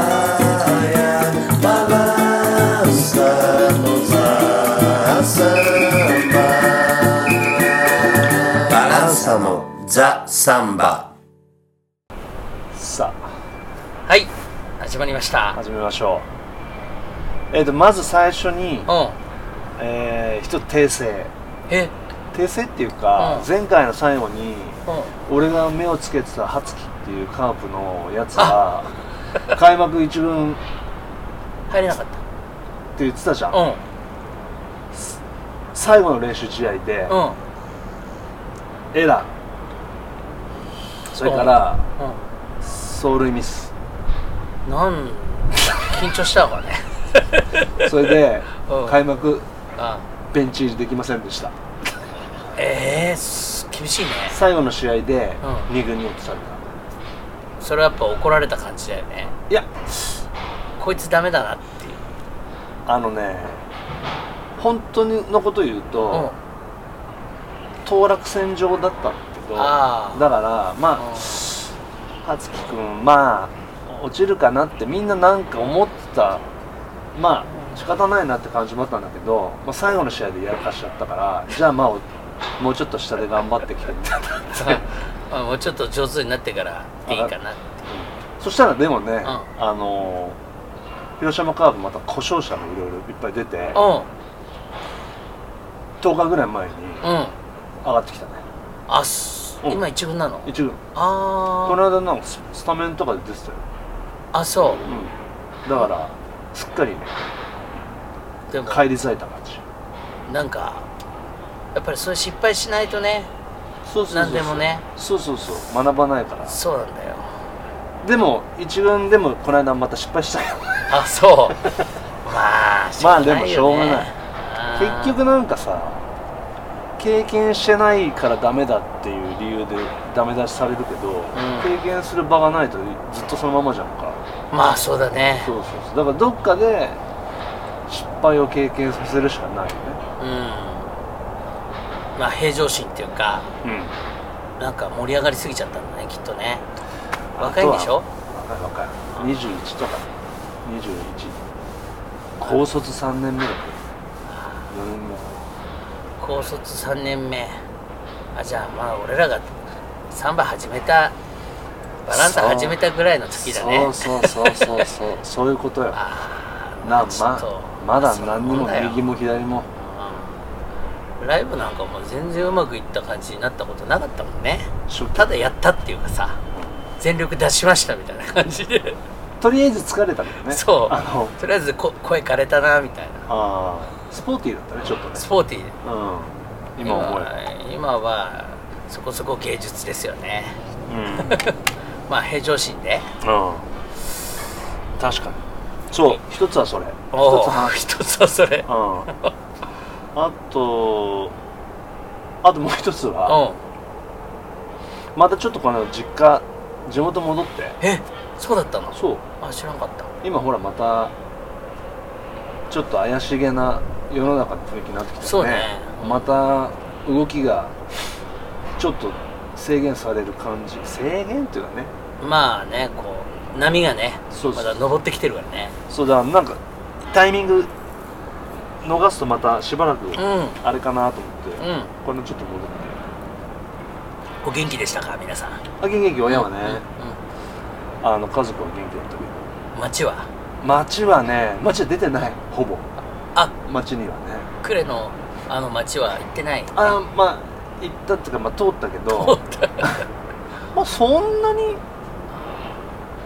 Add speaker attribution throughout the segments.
Speaker 1: Laia, balançamos a samba. Balançamos a samba.
Speaker 2: さ
Speaker 3: はい始まりまし
Speaker 2: あ
Speaker 3: た
Speaker 2: 始めましょうえっ、とまず最初に、
Speaker 3: うん
Speaker 2: えー、一つ訂正
Speaker 3: え
Speaker 2: 訂正っていうか、
Speaker 3: うん
Speaker 2: 前回の最後に
Speaker 3: うん
Speaker 2: 俺が目をつけてたハツキっていうカープのやつが開幕一軍って
Speaker 3: 入れなかっ
Speaker 2: 言ってたじゃん、
Speaker 3: たうん
Speaker 2: 最後の練習試合で、
Speaker 3: うん
Speaker 2: エラーそれから、
Speaker 3: う
Speaker 2: 走塁ミス
Speaker 3: んなん緊張したのかね
Speaker 2: それで、
Speaker 3: うん
Speaker 2: 開幕
Speaker 3: あ
Speaker 2: ベンチ入りできませんでした
Speaker 3: えーす、厳しいね
Speaker 2: 最後の試合で、
Speaker 3: う
Speaker 2: 2軍に落とされた
Speaker 3: それはやっぱ怒られた感じだよね
Speaker 2: いや
Speaker 3: こいつダメだなっていう
Speaker 2: あのね本当のこと言う
Speaker 3: うん
Speaker 2: と当落線上だったんだけどだ
Speaker 3: あー
Speaker 2: からま
Speaker 3: う
Speaker 2: あ葉月君まあ落ちるかなってみんななんか思ってたまあ仕方ないなって感じもあったんだけど、まあ、最後の試合でやらかしちゃったからじゃあまあもうちょっと下で頑張ってきてみ たいな
Speaker 3: ん あもうちょっと上手になってからでいいかな
Speaker 2: そしたらでもね、
Speaker 3: ん
Speaker 2: あの広島カープまた故障者もいろいろいっぱい出て
Speaker 3: う
Speaker 2: 10日ぐらい前に
Speaker 3: んうん
Speaker 2: 上がってきたね
Speaker 3: あす
Speaker 2: うん
Speaker 3: 今一軍なの
Speaker 2: 一軍こ
Speaker 3: あ
Speaker 2: の間なんかススタメンとかで出てたよ、
Speaker 3: ああそう
Speaker 2: うん、だからすっかりね
Speaker 3: でも
Speaker 2: 返り咲いた感じ
Speaker 3: なんかやっぱりそれ失敗しないとね
Speaker 2: そうそうそう
Speaker 3: なんでもね
Speaker 2: そうそうそう学ばないから
Speaker 3: そうなんだよ
Speaker 2: でも一軍でもこの間また失敗したよ
Speaker 3: あそう まあしょ
Speaker 2: まあでもしょう
Speaker 3: うが
Speaker 2: が
Speaker 3: な
Speaker 2: ないい
Speaker 3: よねあー
Speaker 2: 結局なんかさ経験してないからダメだっていう理由でダメ出しされるけど、経験する場がないとずっとそのままじゃんか
Speaker 3: まあそうだね
Speaker 2: そうそうそうだからどっかで失敗を経験させるしかないよ
Speaker 3: うんまあ平常心っていうか
Speaker 2: ねうん
Speaker 3: なんか盛り上がりすぎちゃったんだねきっとね若いんでしょ
Speaker 2: 若い若い21とか21高卒3年目だ4年目
Speaker 3: 高卒3年目あじゃあまあ俺らがサンバ始めたバランサ始めたぐらいの時だね
Speaker 2: そうそうそうそう そうそういうことよな
Speaker 3: あー
Speaker 2: ま
Speaker 3: ちょっと
Speaker 2: あまだ何に
Speaker 3: そう
Speaker 2: も
Speaker 3: だよ
Speaker 2: 右も左も
Speaker 3: うんライブなんかも全然うまくいった感じになったことなかったもんね
Speaker 2: 初
Speaker 3: ただやったっていうかさ全力出しましたみたいな感じで
Speaker 2: とりあえず疲れたけどね
Speaker 3: そう
Speaker 2: あの
Speaker 3: とりあえずこ声枯れたなみたいな
Speaker 2: あースポーティーだったねちょっとね
Speaker 3: スポーティー
Speaker 2: うん今思え
Speaker 3: 今今はそこそこ芸術ですよね
Speaker 2: ば
Speaker 3: まあ平常心で
Speaker 2: うん、うん、確かにそう一つはそれ
Speaker 3: お
Speaker 2: 一つ
Speaker 3: お
Speaker 2: は
Speaker 3: 一つはそれ
Speaker 2: うんあとあともう一つは、
Speaker 3: う
Speaker 2: またちょっとこの実家地元戻って
Speaker 3: んえそうだったの
Speaker 2: そう
Speaker 3: あ知らんかった
Speaker 2: 今ほらまたちょっと怪しげな世の中の雰囲気になってきたよね
Speaker 3: そうね
Speaker 2: また動きがちょっと制限される感じ制限っていうかね
Speaker 3: まあねこう波がね
Speaker 2: そうそ
Speaker 3: ま
Speaker 2: う
Speaker 3: だ登ってきてるからね
Speaker 2: そうだなんかタイミング逃すとまたしばらく
Speaker 3: う
Speaker 2: あれかなと思って、
Speaker 3: んうん
Speaker 2: これちょっと戻って
Speaker 3: お元気でしたか皆さん
Speaker 2: あ元気親はね、
Speaker 3: う
Speaker 2: あの家族は元気だったけど
Speaker 3: ん、街は
Speaker 2: 街はね街は出てないほぼ
Speaker 3: あ
Speaker 2: 街にはね
Speaker 3: 呉のあの街は行って ない
Speaker 2: あーまあ行ったっていうか、まあ、通ったけ
Speaker 3: 通っ
Speaker 2: ど
Speaker 3: た
Speaker 2: まあそんなに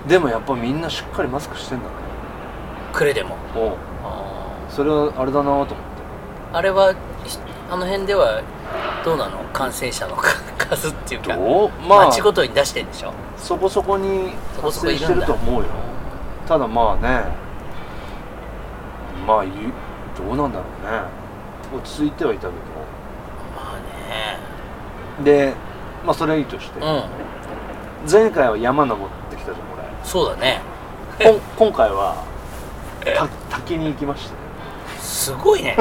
Speaker 2: でもやっぱみんなしっかりマスクしてんだね
Speaker 3: 呉でも
Speaker 2: おう
Speaker 3: あ
Speaker 2: それはあれだなと思って
Speaker 3: ーあれはひあの辺ではどうなの感染者の 数っていうか
Speaker 2: どうまあ
Speaker 3: 街ごとに出してんでしょ
Speaker 2: そこそこに
Speaker 3: そこ
Speaker 2: 発
Speaker 3: そこい
Speaker 2: 生
Speaker 3: るんだ
Speaker 2: してると思うよただまあねまあゆどうなんだろうね落ち着いてはいたけ
Speaker 3: まあね
Speaker 2: どでまあそれはいいとして、
Speaker 3: う
Speaker 2: 前回は山登ってきたじゃん俺
Speaker 3: んそうだね
Speaker 2: こん今回はた滝に行きましたね
Speaker 3: すごい ね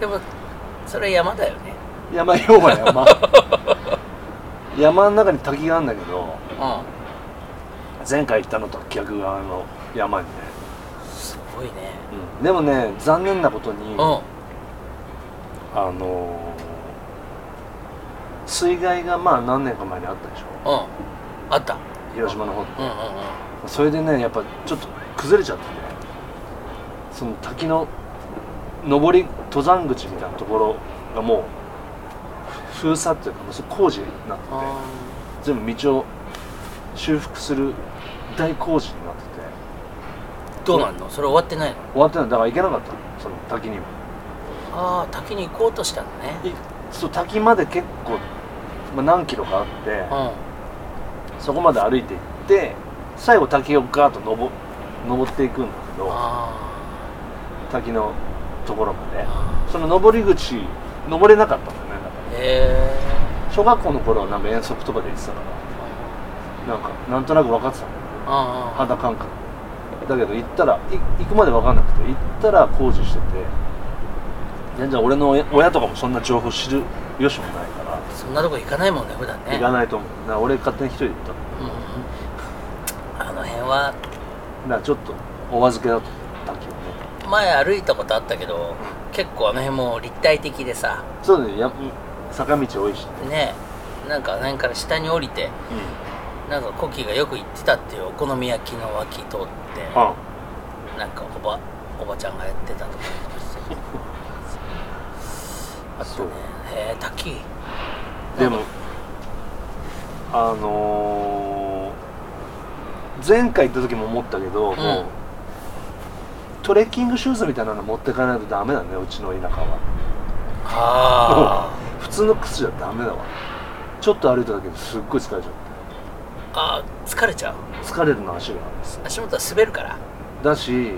Speaker 3: でもそれ山だよね
Speaker 2: 山要は山山の中に滝があるんだけど
Speaker 3: う
Speaker 2: 前回行ったのと逆側の山にね、
Speaker 3: すごいね
Speaker 2: うん、でもね残念なことに、
Speaker 3: うん
Speaker 2: あのー水害がまあ何年か前にあったでしょ
Speaker 3: うんあった
Speaker 2: 広島の方
Speaker 3: うんうんうん
Speaker 2: それでねやっぱちょっと崩れちゃってねその滝の上り登山口みたいなところがもうふ封鎖っていうかもうそれ工事になってて
Speaker 3: あ
Speaker 2: 全部道を修復する大工事になってて
Speaker 3: ーどうなんのそれ終わってないの
Speaker 2: 終わってないだから行けなかったのその滝にも
Speaker 3: ああ滝に行こうとしたのね
Speaker 2: いそう滝まで結構、まあ、何キロかあって
Speaker 3: う
Speaker 2: そこまで歩いて行って最後滝をガーッと登登っていくんだけ
Speaker 3: ん
Speaker 2: ど
Speaker 3: あ
Speaker 2: 滝のところまで
Speaker 3: あ
Speaker 2: その登り口登れなかったんだよねだか
Speaker 3: へ
Speaker 2: ら小学校の頃はなんか遠足とかで行ってたからなんかなんとなく分かってたんだよ
Speaker 3: え
Speaker 2: ね
Speaker 3: あ
Speaker 2: 肌感覚だけど行ったらい行くまで分かんなくて行ったら工事してて全然俺の親親とかもそんな情報知るよしもないから
Speaker 3: あそんなとこ行かないもんね普段ね
Speaker 2: 行かないと思うだから俺勝手に一人で行ったもんだ
Speaker 3: うんうんあの辺は
Speaker 2: からちょっとお預けだったけどね
Speaker 3: 前歩いたことあったけど結構あの辺もう立体的でさ
Speaker 2: そうだねや坂道多いし、
Speaker 3: ねえなんかあの辺から下に降りてなんかコキがよく行ってたっていうお好み焼きの脇通って
Speaker 2: あ
Speaker 3: なんかおばおばちゃんがやってたとか言って
Speaker 2: あそう
Speaker 3: たねへえ滝
Speaker 2: でもあのー前回行った時も思ったけど、
Speaker 3: ん
Speaker 2: もうトレッキングシューズみたいなの持ってかないとダメだねうちの田舎は
Speaker 3: あー
Speaker 2: 普通の靴じゃダメだわちょっと歩いただけですっごい疲れちゃ
Speaker 3: あー疲れちゃう
Speaker 2: う疲れるの足がです
Speaker 3: 足元は滑るから
Speaker 2: だし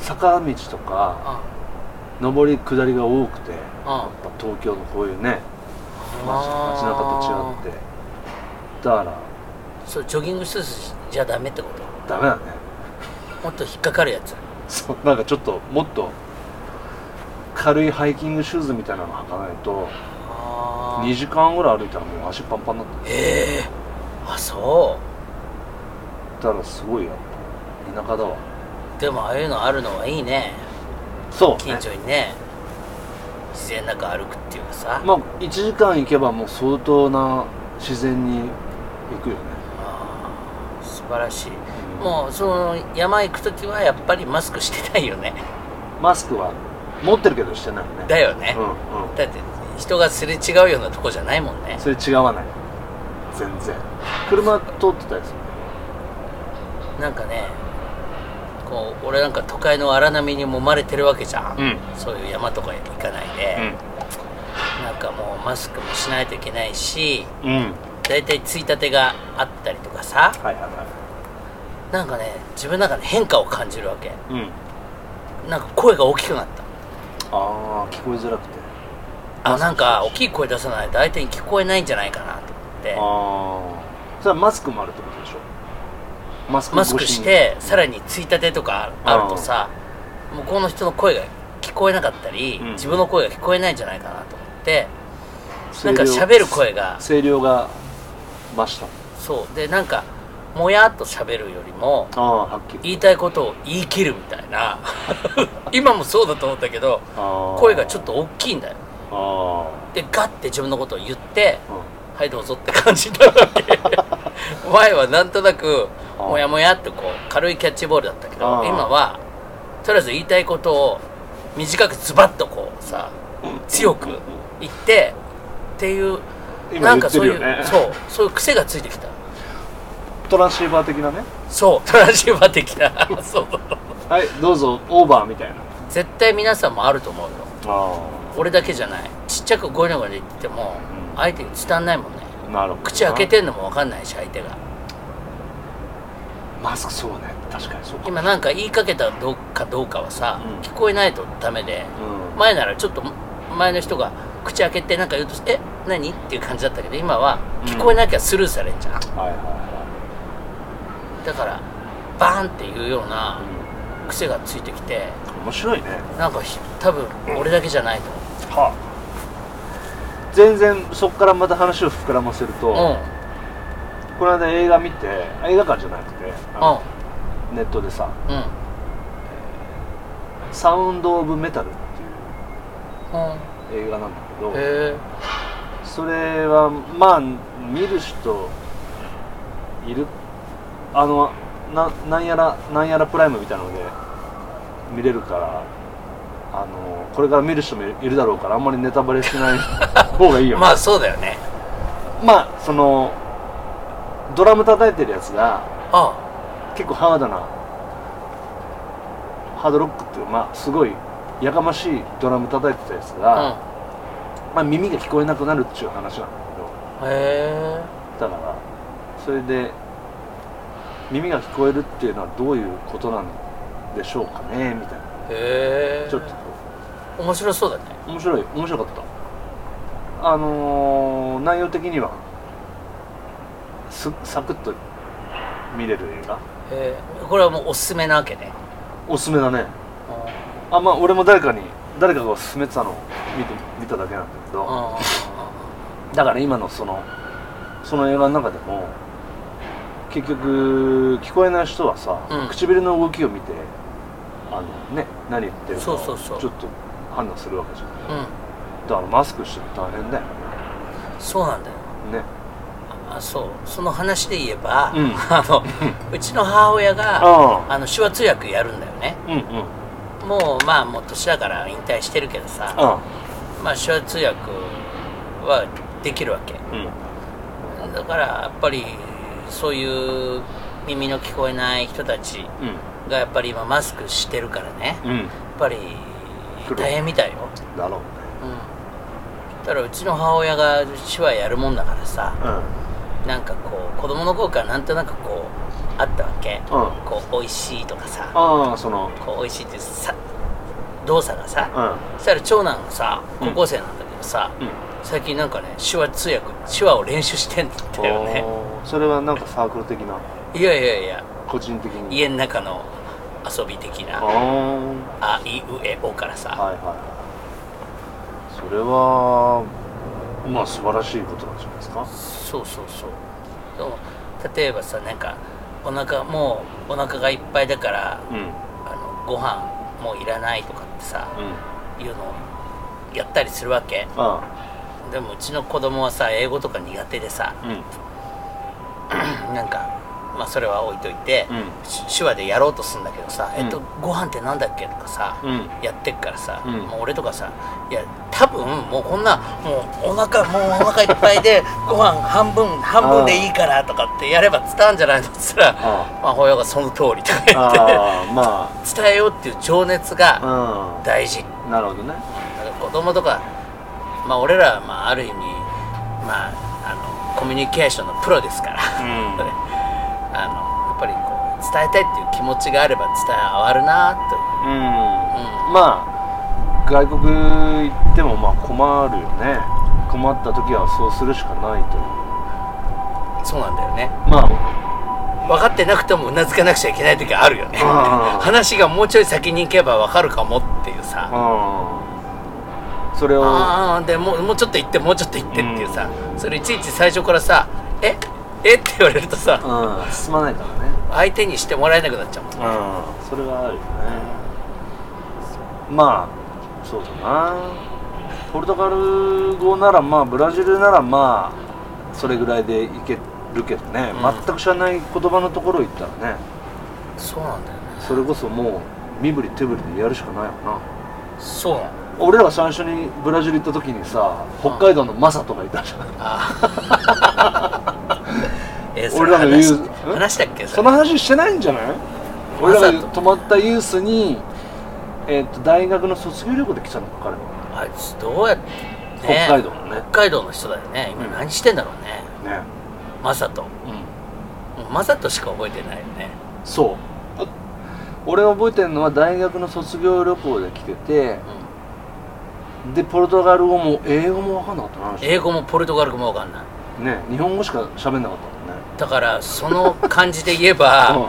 Speaker 2: 坂道とか上り下りが多くてやっ
Speaker 3: あ
Speaker 2: ぱ東京のこういうね街
Speaker 3: あ
Speaker 2: 中と違ってだから
Speaker 3: そうジョギングスーツじゃダメってこと
Speaker 2: ダメだね
Speaker 3: もっと引っかかるやつ
Speaker 2: そうなんかちょっともっと軽いハイキングシューズみたいなの履かないと
Speaker 3: あ
Speaker 2: 2時間ぐらい歩いたらもう足パンパンになって
Speaker 3: ええあそ
Speaker 2: たらすごいやっぱ田舎だわ
Speaker 3: うでもああいうのあるのはいいね
Speaker 2: そう
Speaker 3: 近所にね自然の中歩くっていうかさ、
Speaker 2: まあ1時間行けばもう相当な自然に行くよね
Speaker 3: あー素晴らしい
Speaker 2: うん
Speaker 3: もうその山行く時はやっぱりマスクしてないよね
Speaker 2: マスクは持ってるけどしてないよね
Speaker 3: だよね
Speaker 2: うん、うん
Speaker 3: だって人がすれ違うようなとこじゃないもんね
Speaker 2: それ違わない全然車通ってたりする
Speaker 3: なんかねこう俺なんか都会の荒波に揉まれてるわけじゃん、
Speaker 2: うん
Speaker 3: そういう山とか行かないで、なんかもうマスクもしないといけないし
Speaker 2: うんうん
Speaker 3: だいたいついたてがあったりとかさ
Speaker 2: はいはいは
Speaker 3: なんかね自分の中で変化を感じるわけ
Speaker 2: いうん
Speaker 3: なんか声が大きくなった
Speaker 2: ああ聞こえづらくて
Speaker 3: あなんか大きい声出さないと相手に聞こえないんじゃないかなと思っ
Speaker 2: ああそれはマスクもあるってことでしょマス
Speaker 3: てマスク
Speaker 2: 越に
Speaker 3: してさらについたてとかあるとさ向こうの人の声が聞こえなかったり、
Speaker 2: うん
Speaker 3: 自分の声が聞こえないんじゃないかなと思って
Speaker 2: 声
Speaker 3: な
Speaker 2: 量
Speaker 3: んか喋る声が
Speaker 2: 声量が増した
Speaker 3: そうでなんかもやっと喋るよりも
Speaker 2: ああはっきり
Speaker 3: 言いたいことを言い切るみた いな今もそうだと思ったけど声がちょっ
Speaker 2: と
Speaker 3: と大きいんだよ
Speaker 2: あ
Speaker 3: でガッて自分のことを言って
Speaker 2: あ、うん、
Speaker 3: はいどうぞって感じだわけ前はなんとなく
Speaker 2: あ
Speaker 3: もやもやってこう軽いキャッチボールだったけど
Speaker 2: あ
Speaker 3: 今はとりあえず言いたいことを短くズバッとこうさ強く言ってっていう
Speaker 2: 今
Speaker 3: な
Speaker 2: 言
Speaker 3: んか
Speaker 2: って
Speaker 3: そう
Speaker 2: るよ
Speaker 3: いう、
Speaker 2: ね
Speaker 3: そうそういう癖がついてきた
Speaker 2: トランシーバー的なね
Speaker 3: そうトランシーバー的 なそう
Speaker 2: はいどうぞオーバーみたいな
Speaker 3: 絶対皆さんもあると思うよ
Speaker 2: あ
Speaker 3: 俺だけじゃないちっちゃくゴニョゴニョ言っても
Speaker 2: うん
Speaker 3: 相手に伝わんないもんね
Speaker 2: あなるほどな
Speaker 3: 口開けてんのも分かんないし相手が
Speaker 2: マスクそうね確かにそうか
Speaker 3: 今なんか言いかけたどうかどうかはさ、
Speaker 2: うん
Speaker 3: 聞こえないとダメで
Speaker 2: うん
Speaker 3: 前ならちょっと前の人が口開けてなんか言うと「え何?」っていう感じだったけど今は
Speaker 2: うん
Speaker 3: 聞こえなきゃスルーされんじゃん、
Speaker 2: はいはいは、
Speaker 3: だからバーンっていうようない癖がついてきて
Speaker 2: うん、面白いね
Speaker 3: なんかひ多分俺だけじゃないと
Speaker 2: はあ全然そこからまた話を膨らませると、
Speaker 3: 思う、うん
Speaker 2: この間映画見て映画館じゃなくてあのネットでさ
Speaker 3: うんうん
Speaker 2: 「サウンド・オブ・メタル」って
Speaker 3: うん
Speaker 2: いう映画なんだけど、
Speaker 3: へ
Speaker 2: それはまあ見る人いるあのななんやらなんやらプライムみたいなので見れるからあのこれから見る人もいるだろうからあんまりネタバレしない方がいい
Speaker 3: え
Speaker 2: よ、
Speaker 3: まあそうだよね
Speaker 2: まあそのドラム叩いてるやつが
Speaker 3: あ
Speaker 2: 結構ハードなハードロックっていうまあすごいやかましいドラム叩いてたやつが、
Speaker 3: あ
Speaker 2: まあ、耳が聞こえなくなるっていう話なんだけど
Speaker 3: うんへ
Speaker 2: だからそれで耳が聞こえるっていうのはどういうことなんでしょうかねみたいな
Speaker 3: えへえ
Speaker 2: ちょっとこ
Speaker 3: 面白そうだね
Speaker 2: う面白い面白かったあのー内容的にはすサクッと見れる映画
Speaker 3: へえこれはもうおすすめなわけね
Speaker 2: おすすめだねあまあ俺も誰かに誰かが勧めてたのを見て見ただけなんだけど、
Speaker 3: うんうんうん
Speaker 2: だから今のそのその映画の中でも結局聞こえない人はさ、
Speaker 3: うん
Speaker 2: 唇の動きを見てあのね何言ってるか
Speaker 3: そ
Speaker 2: を
Speaker 3: うそうそう
Speaker 2: ちょっと判断するわけじゃんだ
Speaker 3: うん
Speaker 2: からマスクしてると大変だよ
Speaker 3: そうなんだよ
Speaker 2: ねね
Speaker 3: あそうその話で言えば、
Speaker 2: うん
Speaker 3: あのうちの母親が
Speaker 2: あ
Speaker 3: あの手話通訳やるんだよね
Speaker 2: あうんうんうん
Speaker 3: もうまあもう年だから引退してるけどさまあ手話通訳はできるわけ
Speaker 2: うん
Speaker 3: だからやっぱりそういう耳の聞こえない人たちがやっぱり今マスクしてるからね
Speaker 2: うんうん
Speaker 3: やっぱり大変みたいよ、
Speaker 2: だろうね
Speaker 3: うん、ただうちの母親が手話やるもんだからさ
Speaker 2: う
Speaker 3: なんかこう子供の頃からなんとなくこうあったわけ、
Speaker 2: ん
Speaker 3: こう美味しいとかさ
Speaker 2: ああその
Speaker 3: こう美味しいっていうさ動作がさ、
Speaker 2: うん
Speaker 3: そしたら長男がさ
Speaker 2: うん
Speaker 3: 高校生なんだけどさ、
Speaker 2: うん
Speaker 3: 最近なんかね手話通訳手話を練習してんだよね
Speaker 2: おーそれはなんかサークル的ない
Speaker 3: やいやいや
Speaker 2: 個人的に
Speaker 3: 家の中の遊び的
Speaker 2: あ
Speaker 3: な
Speaker 2: あ
Speaker 3: あいうえおからさ
Speaker 2: はいはいはいそれはまあ素晴らしいことなんじゃないですか
Speaker 3: そうそうそうでも例えばさなんかお腹もうお腹がいっぱいだから
Speaker 2: うんうん
Speaker 3: あのご飯もういらないとかってさいうのをやったりするわけ
Speaker 2: あ
Speaker 3: でもうちの子供はさ英語とか苦手でさ
Speaker 2: うんうん
Speaker 3: なんかまあそれは置いといて、し手話でやろうとするんだけどさ「
Speaker 2: うん
Speaker 3: えっとご飯ってなんだっけ?」とかさ、
Speaker 2: うん
Speaker 3: やってっからさ、
Speaker 2: うん
Speaker 3: もう俺とかさ「いや多分もうこんなもうお腹もうお腹いっぱ いでご飯半分半分でいいから」とかってやれば伝わるんじゃないのっつったら
Speaker 2: あ
Speaker 3: 「まあほやがその通り」とか言って
Speaker 2: ああま
Speaker 3: 伝えようっていう情熱が
Speaker 2: あ
Speaker 3: 大事
Speaker 2: うんなるほどね
Speaker 3: だから子供とかまあ俺らはまあある意味まああのコミュニケーションのプロですから、
Speaker 2: ん
Speaker 3: あのやっぱりこう伝えたいっていう気持ちがあれば伝わるなという
Speaker 2: うん、まあ外国行ってもまあ困るよね困った時はそうするしかないという
Speaker 3: そうなんだよね
Speaker 2: まあ
Speaker 3: 分かってなくてもうなずかなくちゃいけない時があるよね
Speaker 2: あー
Speaker 3: 話がもうちょい先に行けば分かるかもっていうさ
Speaker 2: うんそれを
Speaker 3: ああでもうもうちょっと行ってもうちょっと行ってっていうさ、それいちいち最初からさ「ええっ?」て言われるとさ、
Speaker 2: うん進まないからね
Speaker 3: 相手にしてもらえなくなっちゃうもんね
Speaker 2: うんそれはあるよねまあそうだなポルトガル語ならまあブラジルならまあそれぐらいでいけるけどね、
Speaker 3: うん
Speaker 2: 全く知らない言葉のところ行ったらね
Speaker 3: そうなんだよね
Speaker 2: それこそもう身振り手振りでやるしかないよな
Speaker 3: そうなの
Speaker 2: 俺らが最初にブラジル行った時にさ北海道のマサとかいたじゃん、
Speaker 3: あー えそれ
Speaker 2: 俺らの言う
Speaker 3: 話
Speaker 2: ん
Speaker 3: 話したっけ
Speaker 2: その話してないんじゃない俺らが泊まったユースに、えっと大学の卒業旅行で来たのか彼は
Speaker 3: あいつどうやって、ね、
Speaker 2: 北海道のね
Speaker 3: 北海道の人だよね今
Speaker 2: うん
Speaker 3: 何してんだろうね、
Speaker 2: ね
Speaker 3: マサトも
Speaker 2: うん
Speaker 3: うマサトしか覚えてないよね
Speaker 2: そうあ俺覚えてるのは大学の卒業旅行で来てて
Speaker 3: う、
Speaker 2: でポルトガル語も英語も分かんなかったなん
Speaker 3: 英語もポルトガル語も分かんない
Speaker 2: ね日本語しか喋んなかった
Speaker 3: だからその感じで言え
Speaker 2: もん
Speaker 3: ば
Speaker 2: ね、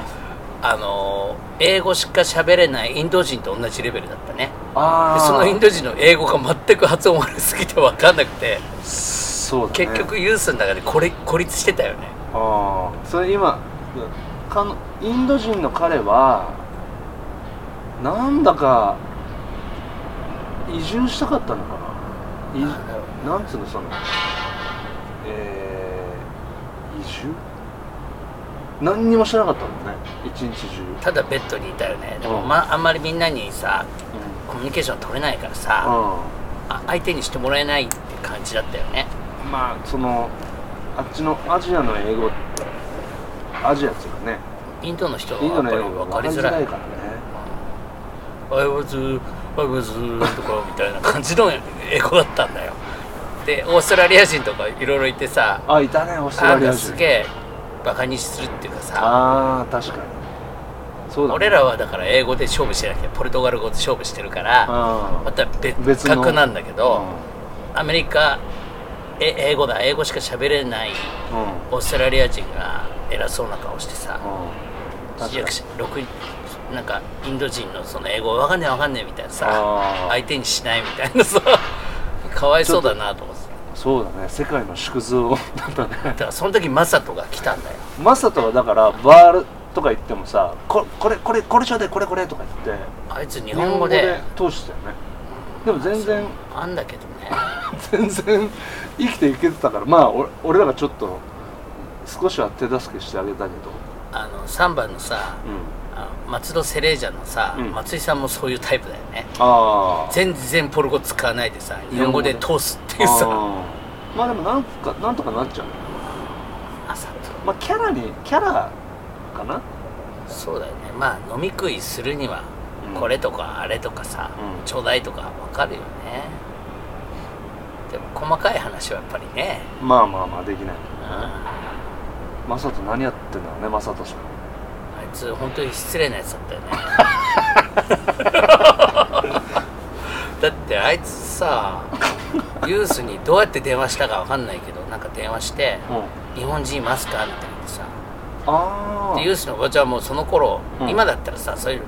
Speaker 3: あの英語しか喋れないインド人と同じレベルだったね
Speaker 2: うん、ああ
Speaker 3: でそのインド人の英語が全く発音悪すぎて分かんなくて
Speaker 2: そうだ、ね、
Speaker 3: 結局ユースの中で孤立孤立してたよね
Speaker 2: ああそれ今かのインド人の彼はなんだか移住したかったのかないなんつうのそのえー、移住何にもしてなかったんだね一日中、
Speaker 3: ただベッドにいたよねでも、
Speaker 2: うん
Speaker 3: まあ、あんまりみんなにさ
Speaker 2: う
Speaker 3: コミュニケーション取れないからさ、
Speaker 2: ん
Speaker 3: あ相手にしてもらえないって感じだったよね
Speaker 2: まあそのあっちのアジアの英語アジアっていうかね
Speaker 3: インドの人は
Speaker 2: イン
Speaker 3: や
Speaker 2: ド
Speaker 3: っぱ
Speaker 2: の
Speaker 3: り
Speaker 2: 英語
Speaker 3: 分
Speaker 2: が
Speaker 3: か
Speaker 2: 分か
Speaker 3: り
Speaker 2: り
Speaker 3: づ
Speaker 2: づ
Speaker 3: ら
Speaker 2: ら
Speaker 3: い
Speaker 2: いからね
Speaker 3: 「I was I was」とかみたいな感じの英語だったんだよでオーストラリア人とかいろいろいてさ
Speaker 2: あいたねオースト
Speaker 3: な
Speaker 2: ラ
Speaker 3: ん
Speaker 2: リア
Speaker 3: か
Speaker 2: 人
Speaker 3: すげえバカにするっていうかさ
Speaker 2: ああ確かにそうだ、ね、
Speaker 3: 俺らはだから英語で勝負してなきゃポルトガル語で勝負してるから
Speaker 2: あ
Speaker 3: また別
Speaker 2: 別の
Speaker 3: 格なんだけ
Speaker 2: あ
Speaker 3: どアメリカえ英語だ英語しか喋れない
Speaker 2: うんうん
Speaker 3: オーストラリア人が偉そうな顔してさ
Speaker 2: 確かに
Speaker 3: 役者ろくなんかインド人のその英語わかんねえわかんねえみたいなさ
Speaker 2: ああ
Speaker 3: 相手にしないみたいなさ かわいそうだなと思って
Speaker 2: そうだね世界の縮図をだったね
Speaker 3: だからその時マサトが来たんだよ
Speaker 2: マサトはだからバールとか行ってもさここれこれこれちょうだいこれこれとか言って
Speaker 3: あいつ日本語で
Speaker 2: 日本語で通してたよねでも全然
Speaker 3: あんだけどね
Speaker 2: 全然生きていけてたからまあ俺俺らがちょっと少しは手助けしてあげたけど
Speaker 3: あの3番のさ
Speaker 2: うん
Speaker 3: あの松戸セレージャのさ、
Speaker 2: うん
Speaker 3: 松井さんもそういうタイプだよね
Speaker 2: ああ
Speaker 3: 全然ポルコ使わないでさ日本語で通すっていうさ
Speaker 2: あーまあでもなんかなんとかなっちゃうね
Speaker 3: マサト
Speaker 2: まあキャラにキャラかな
Speaker 3: そうだよねまあ飲み食いするには
Speaker 2: うん
Speaker 3: これとかあれとかさ、
Speaker 2: うん
Speaker 3: ちょうだいとかわかるよねでも細かい話はやっぱりね、
Speaker 2: まあまあまあできない
Speaker 3: あ
Speaker 2: マサト何やってんだろうねマサトさん
Speaker 3: いつ本当に失礼なやつだった よねだってあいつさユースにどうやって電話したかわかんないけどなんか電話して
Speaker 2: うん
Speaker 3: 「日本人いますか?」みたいなさ
Speaker 2: あ
Speaker 3: でユ
Speaker 2: ー
Speaker 3: ースのおばちゃんもその頃、
Speaker 2: うん
Speaker 3: 今だったらさそういう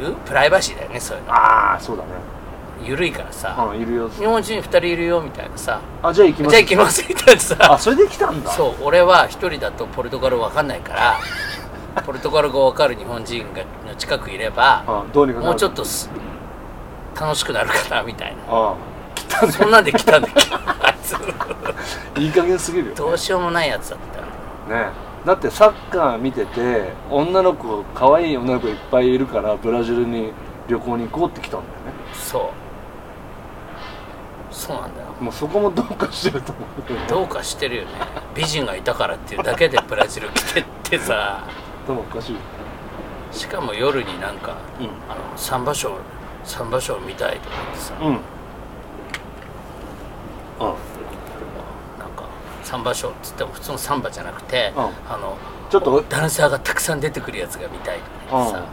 Speaker 3: 言うプライバシーだよねそういうの
Speaker 2: あーそうだね
Speaker 3: 緩いからさ、
Speaker 2: うんいるよ
Speaker 3: 日本人2人いるよみたいなさ
Speaker 2: あじゃあ行き
Speaker 3: じゃ
Speaker 2: ま
Speaker 3: あ
Speaker 2: す
Speaker 3: 行きますみたいな
Speaker 2: あ
Speaker 3: さ
Speaker 2: それで来たんだ
Speaker 3: そう俺は一人だとポルトガルわかんな いからポルトガル語わかる日本人がの近くいれば
Speaker 2: あどうにかなる
Speaker 3: もうちょっとす楽しくなるかなみたいな
Speaker 2: あ
Speaker 3: そんなんで来たんだけ どあいつ
Speaker 2: ーいい加減すぎるよ
Speaker 3: どうしようもないやつだったよ
Speaker 2: ねだってサッカー見てて女の子可愛い女の子いっぱいいるからブラジルに旅行に行こうって来たんだよね
Speaker 3: そうそうなんだよ
Speaker 2: もうそこもどうかしてると思うけど
Speaker 3: どうかしてるよね美人がいたからっていうだけでブラジル来てってさ
Speaker 2: でもおかしい
Speaker 3: しかも夜になんか
Speaker 2: う
Speaker 3: あの三場所三場所見たいと思ってさ
Speaker 2: んうんあ
Speaker 3: なんかサンバショーっつっても普通のサンバじゃなくて、
Speaker 2: うん
Speaker 3: あの
Speaker 2: ちょっと
Speaker 3: ダンサーがたくさん出てくるやつが見たいとか言ってさ、
Speaker 2: うん
Speaker 3: ま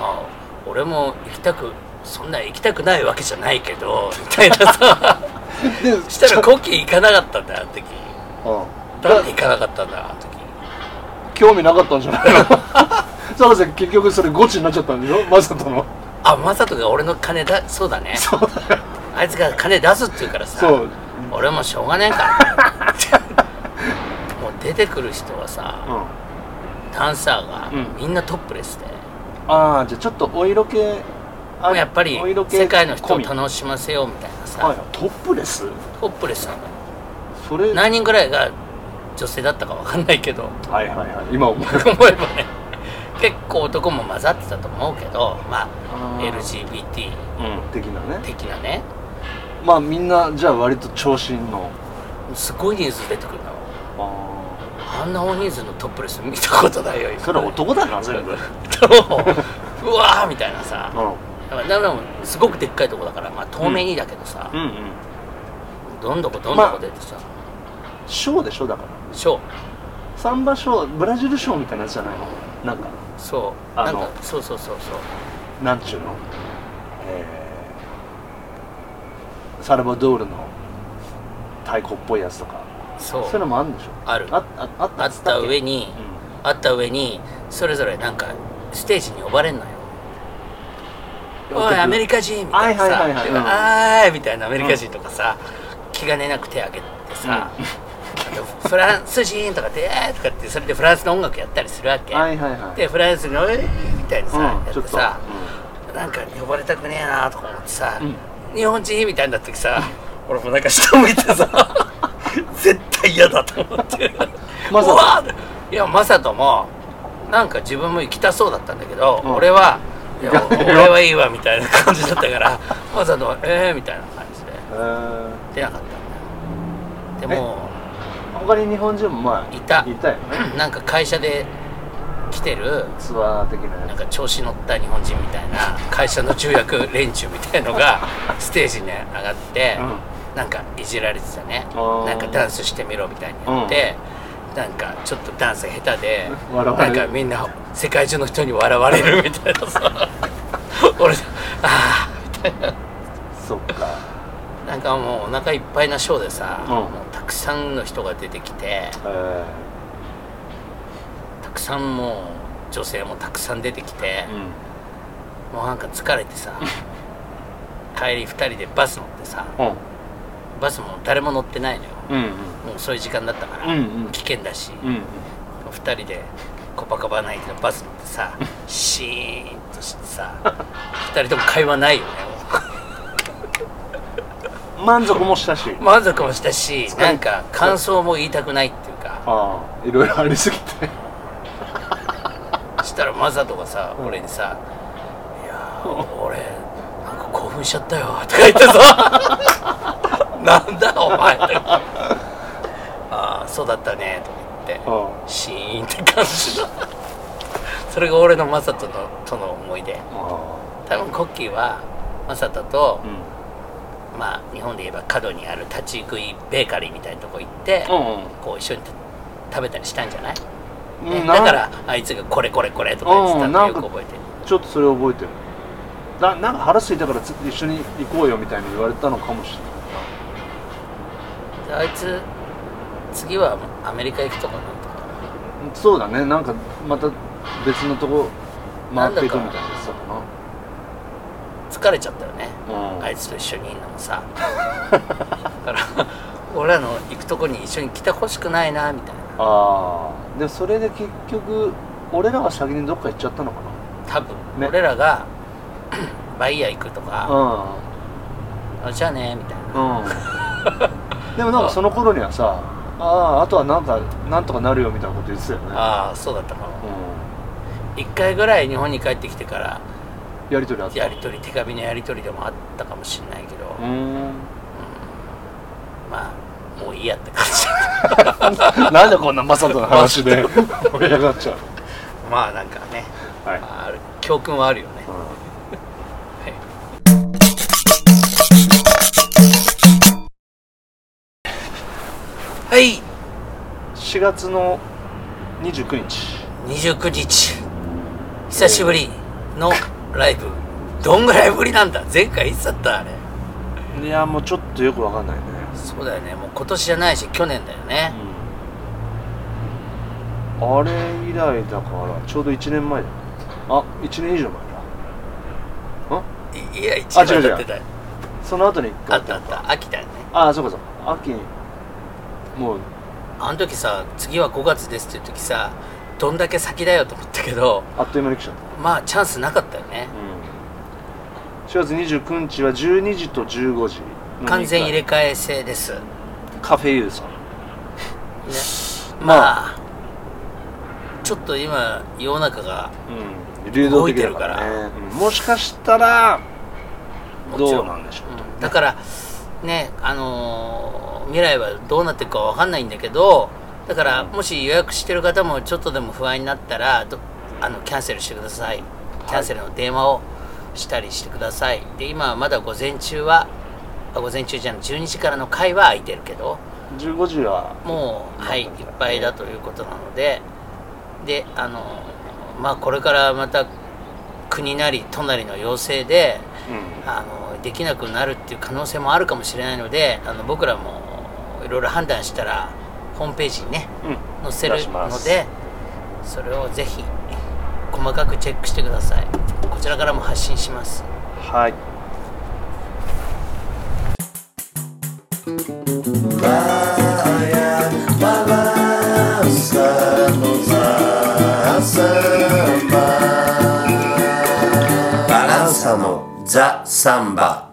Speaker 3: あ俺も行きたくそんな行きたくないわけじゃないけどみたいなさ
Speaker 2: で
Speaker 3: したらコキ行かなかったんだよあの時
Speaker 2: うん
Speaker 3: 誰で行かなかったんだよあの時
Speaker 2: 興味なかったんじゃないの サラさん結局それゴチになっちゃったんでしょマサトの
Speaker 3: あマサトが俺の金だそうだね
Speaker 2: そうだよ
Speaker 3: あいつが金出すって言うから
Speaker 2: そ
Speaker 3: さ
Speaker 2: う
Speaker 3: 俺もしょうがねえから もう出てくる人は
Speaker 2: う
Speaker 3: さ
Speaker 2: ん
Speaker 3: ダンサーが
Speaker 2: うん
Speaker 3: みんなトップレスで、
Speaker 2: ああじゃあちょっとお色気
Speaker 3: も
Speaker 2: あ
Speaker 3: うやっぱり
Speaker 2: お色気
Speaker 3: 世界の人を
Speaker 2: 込み
Speaker 3: 楽しませようみたいなさ、
Speaker 2: はいトップレス
Speaker 3: トップレスなのよ
Speaker 2: それ
Speaker 3: 何人ぐらいが女性だったかわかんないけど
Speaker 2: はいはいはい今思う
Speaker 3: 思えばね結構男も混ざってたと思うけどま
Speaker 2: あ
Speaker 3: あ
Speaker 2: ー
Speaker 3: LGBT
Speaker 2: うん的なね
Speaker 3: 的なね
Speaker 2: まあみんなじゃあ割と長身の
Speaker 3: すごい人数出てくるの
Speaker 2: あ
Speaker 3: あんな大人数のトップレス見たことないよ今
Speaker 2: それ男だな 全部う
Speaker 3: う
Speaker 2: ん
Speaker 3: うわーみたいなさだからでもすごくでっかいとこだからまあ透明にだけどさ、
Speaker 2: うんうん
Speaker 3: どんどこどんどこ出てさ、
Speaker 2: ショーでしょだから
Speaker 3: ショー
Speaker 2: サンバショーブラジルショーみたいなやつじゃないのなんか
Speaker 3: そうな
Speaker 2: あ
Speaker 3: ん
Speaker 2: の
Speaker 3: かそうそうそうそう
Speaker 2: なんちゅうのえー、サルバドールの太鼓っぽいやつとか
Speaker 3: そう
Speaker 2: そういうのもあるんでしょ
Speaker 3: ある
Speaker 2: あああった
Speaker 3: あった上
Speaker 2: に
Speaker 3: に、あった上にそれぞれなんかステージに呼ばれんのよ「おいアメリカ人」みたいなさ
Speaker 2: はいはいはいはい
Speaker 3: で
Speaker 2: うん
Speaker 3: あーい」みたいなアメリカ人とかさ、気兼ねなく手挙げてさ、よフランス人とかって「えー」とかってそれでフランスの音楽やったりするわけ、
Speaker 2: はいはいはい
Speaker 3: でフランスの「えー」みたいにさ、
Speaker 2: うん
Speaker 3: やっ
Speaker 2: ちょってと
Speaker 3: さ、なんか呼ばれたくねえなとか思ってさ、
Speaker 2: う
Speaker 3: 日本人みたいになった時さ、俺もなんか下向いてさ 絶対嫌だと思って
Speaker 2: マサト
Speaker 3: うわーいやマサトもなんか自分も行きたそうだったんだけど、
Speaker 2: うん
Speaker 3: 俺はいや
Speaker 2: 行かないよ
Speaker 3: 俺はいいわみたいな感じだった からマサトはええー、みたいな感じで
Speaker 2: うんへ
Speaker 3: 出なかったんだよでも
Speaker 2: ー他に日本人もまあ
Speaker 3: いた
Speaker 2: いたよね
Speaker 3: なんか会社で来てる
Speaker 2: ツアー的な
Speaker 3: な
Speaker 2: や
Speaker 3: ん
Speaker 2: つ
Speaker 3: か調子乗った日本人みたいな会社の重役連中みたいのがステージに上がって、なんかいじられてたね
Speaker 2: あー
Speaker 3: なんかダンスしてみろみたいに言って、なんかちょっとダンス下手で
Speaker 2: 笑わ
Speaker 3: な
Speaker 2: れ
Speaker 3: ん
Speaker 2: る
Speaker 3: かみんな世界中の人に笑われるみたいなさ俺ああみたいな
Speaker 2: そっか
Speaker 3: なんかもうお腹いっぱいなショーでさ、
Speaker 2: うん
Speaker 3: もうたくさんの人が出てきて
Speaker 2: へー
Speaker 3: たくさんもう女性もたくさん出てきて。
Speaker 2: うん
Speaker 3: もうなんか疲れてさ帰り2人でバス乗ってさバスも誰も乗ってないのよ
Speaker 2: うんうん
Speaker 3: もうそういう時間だったから、
Speaker 2: うんうん
Speaker 3: 危険だし、
Speaker 2: うんうん
Speaker 3: 2人でコパカバナ駅のバス乗ってさシーンとしてさ2人とも会話ないよね
Speaker 2: 満足もしたし
Speaker 3: もう満足もしたし
Speaker 2: 疲れ
Speaker 3: なんか感想も言いたくないっていうか
Speaker 2: ああいろいろありすぎて
Speaker 3: そしたらマサトがさ俺にさ「いやー俺なんか興奮しちゃったよ」とか言ってさ 「なんだお前」ああそうだったね」とか言って
Speaker 2: あ
Speaker 3: シーンって感じだそれが俺のマサトのとの思い出
Speaker 2: あ
Speaker 3: 多分コッキーはマサトと、
Speaker 2: うん
Speaker 3: まあ日本で言えば角にある立ち食いベーカリーみたいなとこ行って、
Speaker 2: う
Speaker 3: こう一緒に食べたりしたんじゃない、
Speaker 2: ん
Speaker 3: ね
Speaker 2: うん
Speaker 3: だからあいつが「これこれこれ」とか言ってた
Speaker 2: うん
Speaker 3: の
Speaker 2: なん
Speaker 3: よ
Speaker 2: か
Speaker 3: く覚えてる
Speaker 2: ちょっとそれ覚えてるななんか腹すいたからつ一緒に行こうよみたいに言われたのかもしれない
Speaker 3: であいつ次はアメリカ行くとかなんとか
Speaker 2: そうだねなんかまた別のとこ回っていくみたいなやつだった
Speaker 3: 疲れちゃったよね
Speaker 2: なうん
Speaker 3: あいつと一緒にいるのもさだから 俺らの行くとこに一緒に来てほしくないなみたいな
Speaker 2: ああでもそれで結局俺らが先にどっか行っちゃったのか
Speaker 3: 多分、
Speaker 2: ね
Speaker 3: 俺らが バイヤー行くとか、
Speaker 2: な
Speaker 3: あじゃあねみたいな
Speaker 2: うんうん でもなんかその頃にはさああーあとはなんかなんとかなるよみたいなこと言ってたよね
Speaker 3: ああそうだったかも
Speaker 2: う
Speaker 3: 1回ぐらい日本に帰ってきてから
Speaker 2: んやりとりあった
Speaker 3: やり取り手紙のやり取りでもあったかもしれないけど、
Speaker 2: うーん
Speaker 3: まあもういいやって感じ
Speaker 2: なんでこんなマサトの話で 盛り上がっちゃう
Speaker 3: まあなんかね、
Speaker 2: はい
Speaker 3: まあ、ある教訓はあるよね、はいはい
Speaker 2: 4月の29日
Speaker 3: 29日久しぶりのライブどんぐらいぶりなんだ前回いつだったあれ
Speaker 2: いやもうちょっとよくわかんないね、
Speaker 3: そうだよねもう今年じゃないし去年だよね
Speaker 2: あれ以来だからちょうど1年前だあ1年以上前だん
Speaker 3: いいや一番
Speaker 2: 違う違う
Speaker 3: やってたよ
Speaker 2: その後に1
Speaker 3: あ
Speaker 2: 回
Speaker 3: ったあった秋だよね
Speaker 2: ああそうかそうか秋にもう
Speaker 3: あの時さ次は5月ですっていう時さどんだけ先だよと思ったけど
Speaker 2: あっという間に来ちゃった、
Speaker 3: まあチャンスなかったよね
Speaker 2: 4月29日は12時と15時の
Speaker 3: 完全入れ
Speaker 2: 二
Speaker 3: 替え制です、ね、
Speaker 2: 回カフェユーさん
Speaker 3: まあちょっと今世の中が
Speaker 2: うん流動的だから,、ねうん
Speaker 3: 動
Speaker 2: もしかしたら
Speaker 3: もちろ
Speaker 2: ど
Speaker 3: ん
Speaker 2: うなんでしょうと、
Speaker 3: うんだからねあのー未来はどうなっていくかわかんないんだけどだからもし予約してる方もちょっとでも不安になったらどあのキャンセルしてくださいキャンセルの電話をしたりしてください、で今はまだ午前中はあ午前中じゃない12時からの会は空いてるけど
Speaker 2: 15時は
Speaker 3: もうはいいっぱいだということなのでであのーまあこれからまた国なり都なりの要請で
Speaker 2: うん
Speaker 3: あのできなくなるっていう可能性もあるかもしれないのであの僕らもいろいろ判断したらホームページにね
Speaker 2: うん
Speaker 3: 載せる
Speaker 2: 出しま
Speaker 3: の
Speaker 2: す
Speaker 3: でそれをぜひ細かくチェックしてくださいこちらからも発信します
Speaker 2: はい
Speaker 1: 「バーやバランサのザ・サンバ。